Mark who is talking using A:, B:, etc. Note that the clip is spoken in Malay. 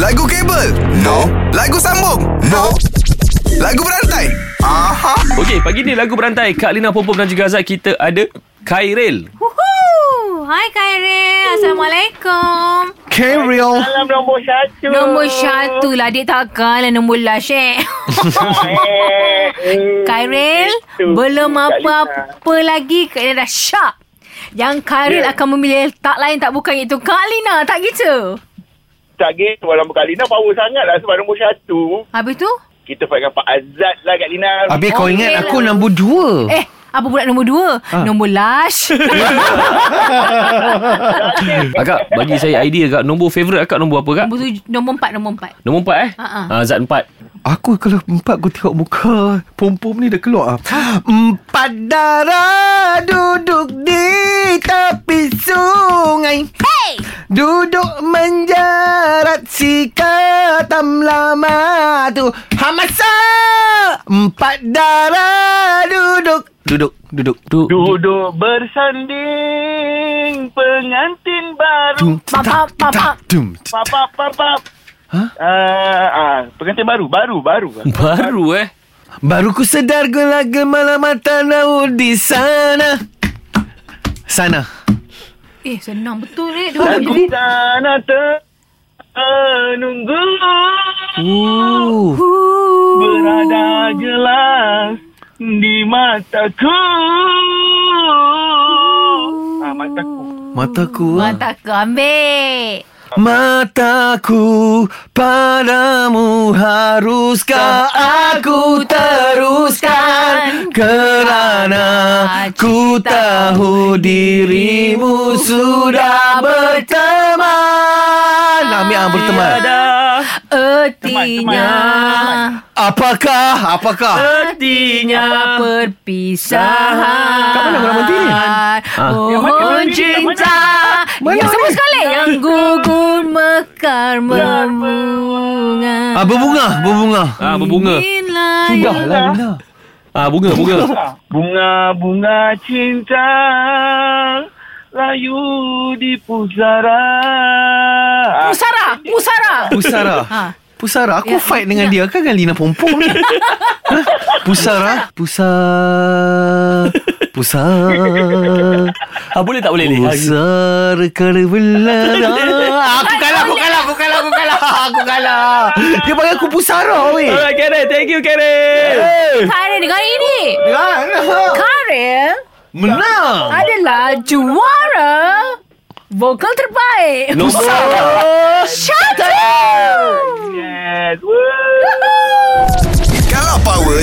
A: Lagu kabel? No. Lagu sambung? No. Lagu berantai? Aha.
B: Okey, pagi ni lagu berantai Kak Lina Popom dan juga Azad kita ada Khairil.
C: Wuhuu. Hai Khairil. Assalamualaikum.
D: K-Real
E: Dalam nombor satu.
C: Nombor satu lah. Adik takkan lah nombor lah, Syek.
E: Eh,
C: Khairil, belum apa-apa lagi. Kak Lina dah syak. Yang Khairil
E: Ya.
C: akan memilih tak lain tak bukan itu. Kak Lina, tak gitu.
E: Tak gitu. Walaupun Kak Lina power sangat lah sebab nombor satu.
C: Habis tu?
E: Kita fight dengan Pak Azad lah Kak Lina.
D: Habis kau
C: Okey
D: ingat
C: lah.
D: aku nombor dua
C: Eh, apa pula nombor dua?
D: Ha.
C: Nombor Lash.
B: Akak, bagi saya idea Kak. Nombor favourite Akak nombor apa Kak?
C: nombor, tuj- nombor empat, nombor empat.
B: Nombor empat eh?
C: Ha-ha.
B: Ah, Zat empat.
D: Aku kalau empat Aku tengok muka Pom-pom ni dah keluar ah. Empat darah Duduk di tepi sungai
C: Hey!
D: Duduk menjarat si katam lama tu Hamasa Empat darah Duduk Duduk Duduk
B: Tu.
E: Duduk bersanding pengantin baru.
C: Pam, pam, pam, pam.
D: Dum.
E: Pap, pap, pap, pap.
D: Hah?
E: Ah, ah, pengantin baru, baru, baru.
B: Baru eh.
D: Baru ku sedar gula gemala mata laut di sana Sana
C: Eh, senang betul ni. Dia
E: Aku
C: orang-
E: di sana ter menunggu
D: Ooh.
E: berada jelas di mataku. Ah, mataku.
D: Mataku
C: Mata aku ambil.
D: Mataku padamu haruskah aku teruskan Kerana ku tahu dirimu sudah berteman Ambil ah, berteman
B: Ada
C: Ertinya
D: Apakah? Apakah?
B: artinya
C: perpisahan. Ah.
D: Kat mana korang berhenti ni? Ah.
E: Yang mana, yang
C: Pohon
E: mana, yang mana?
C: cinta
D: Mana,
C: yang
D: mana?
C: Ya, sama sekali yang gugur mekar membunga.
D: Ah, berbunga, berbunga.
B: Ah, berbunga.
C: Inilah
D: Sudah
C: yang-
D: lah Lina.
B: Ah, bunga, bunga.
E: Bunga-bunga cinta layu di pusara.
C: Pusara, pusara.
D: Pusara.
C: Ha.
D: Pusara, aku
C: Ya,
D: fight dengan dia kan dengan Lina Pompom ni. Hah? Pusara, pusar, pusar,
B: Ah, boleh tak boleh ni? Ah, you-
D: pusar kerbelana. Aku kalah, aku kalah, aku kalah, aku kalah, aku kalah. Dia panggil aku pusara weh.
B: Alright, Karen. Thank you, Karen.
C: Karen dengan ini. Karen
D: Menang.
C: adalah juara vokal terbaik.
B: Nombor.
C: Satu.
E: Yes. Woo.
A: Kalau power,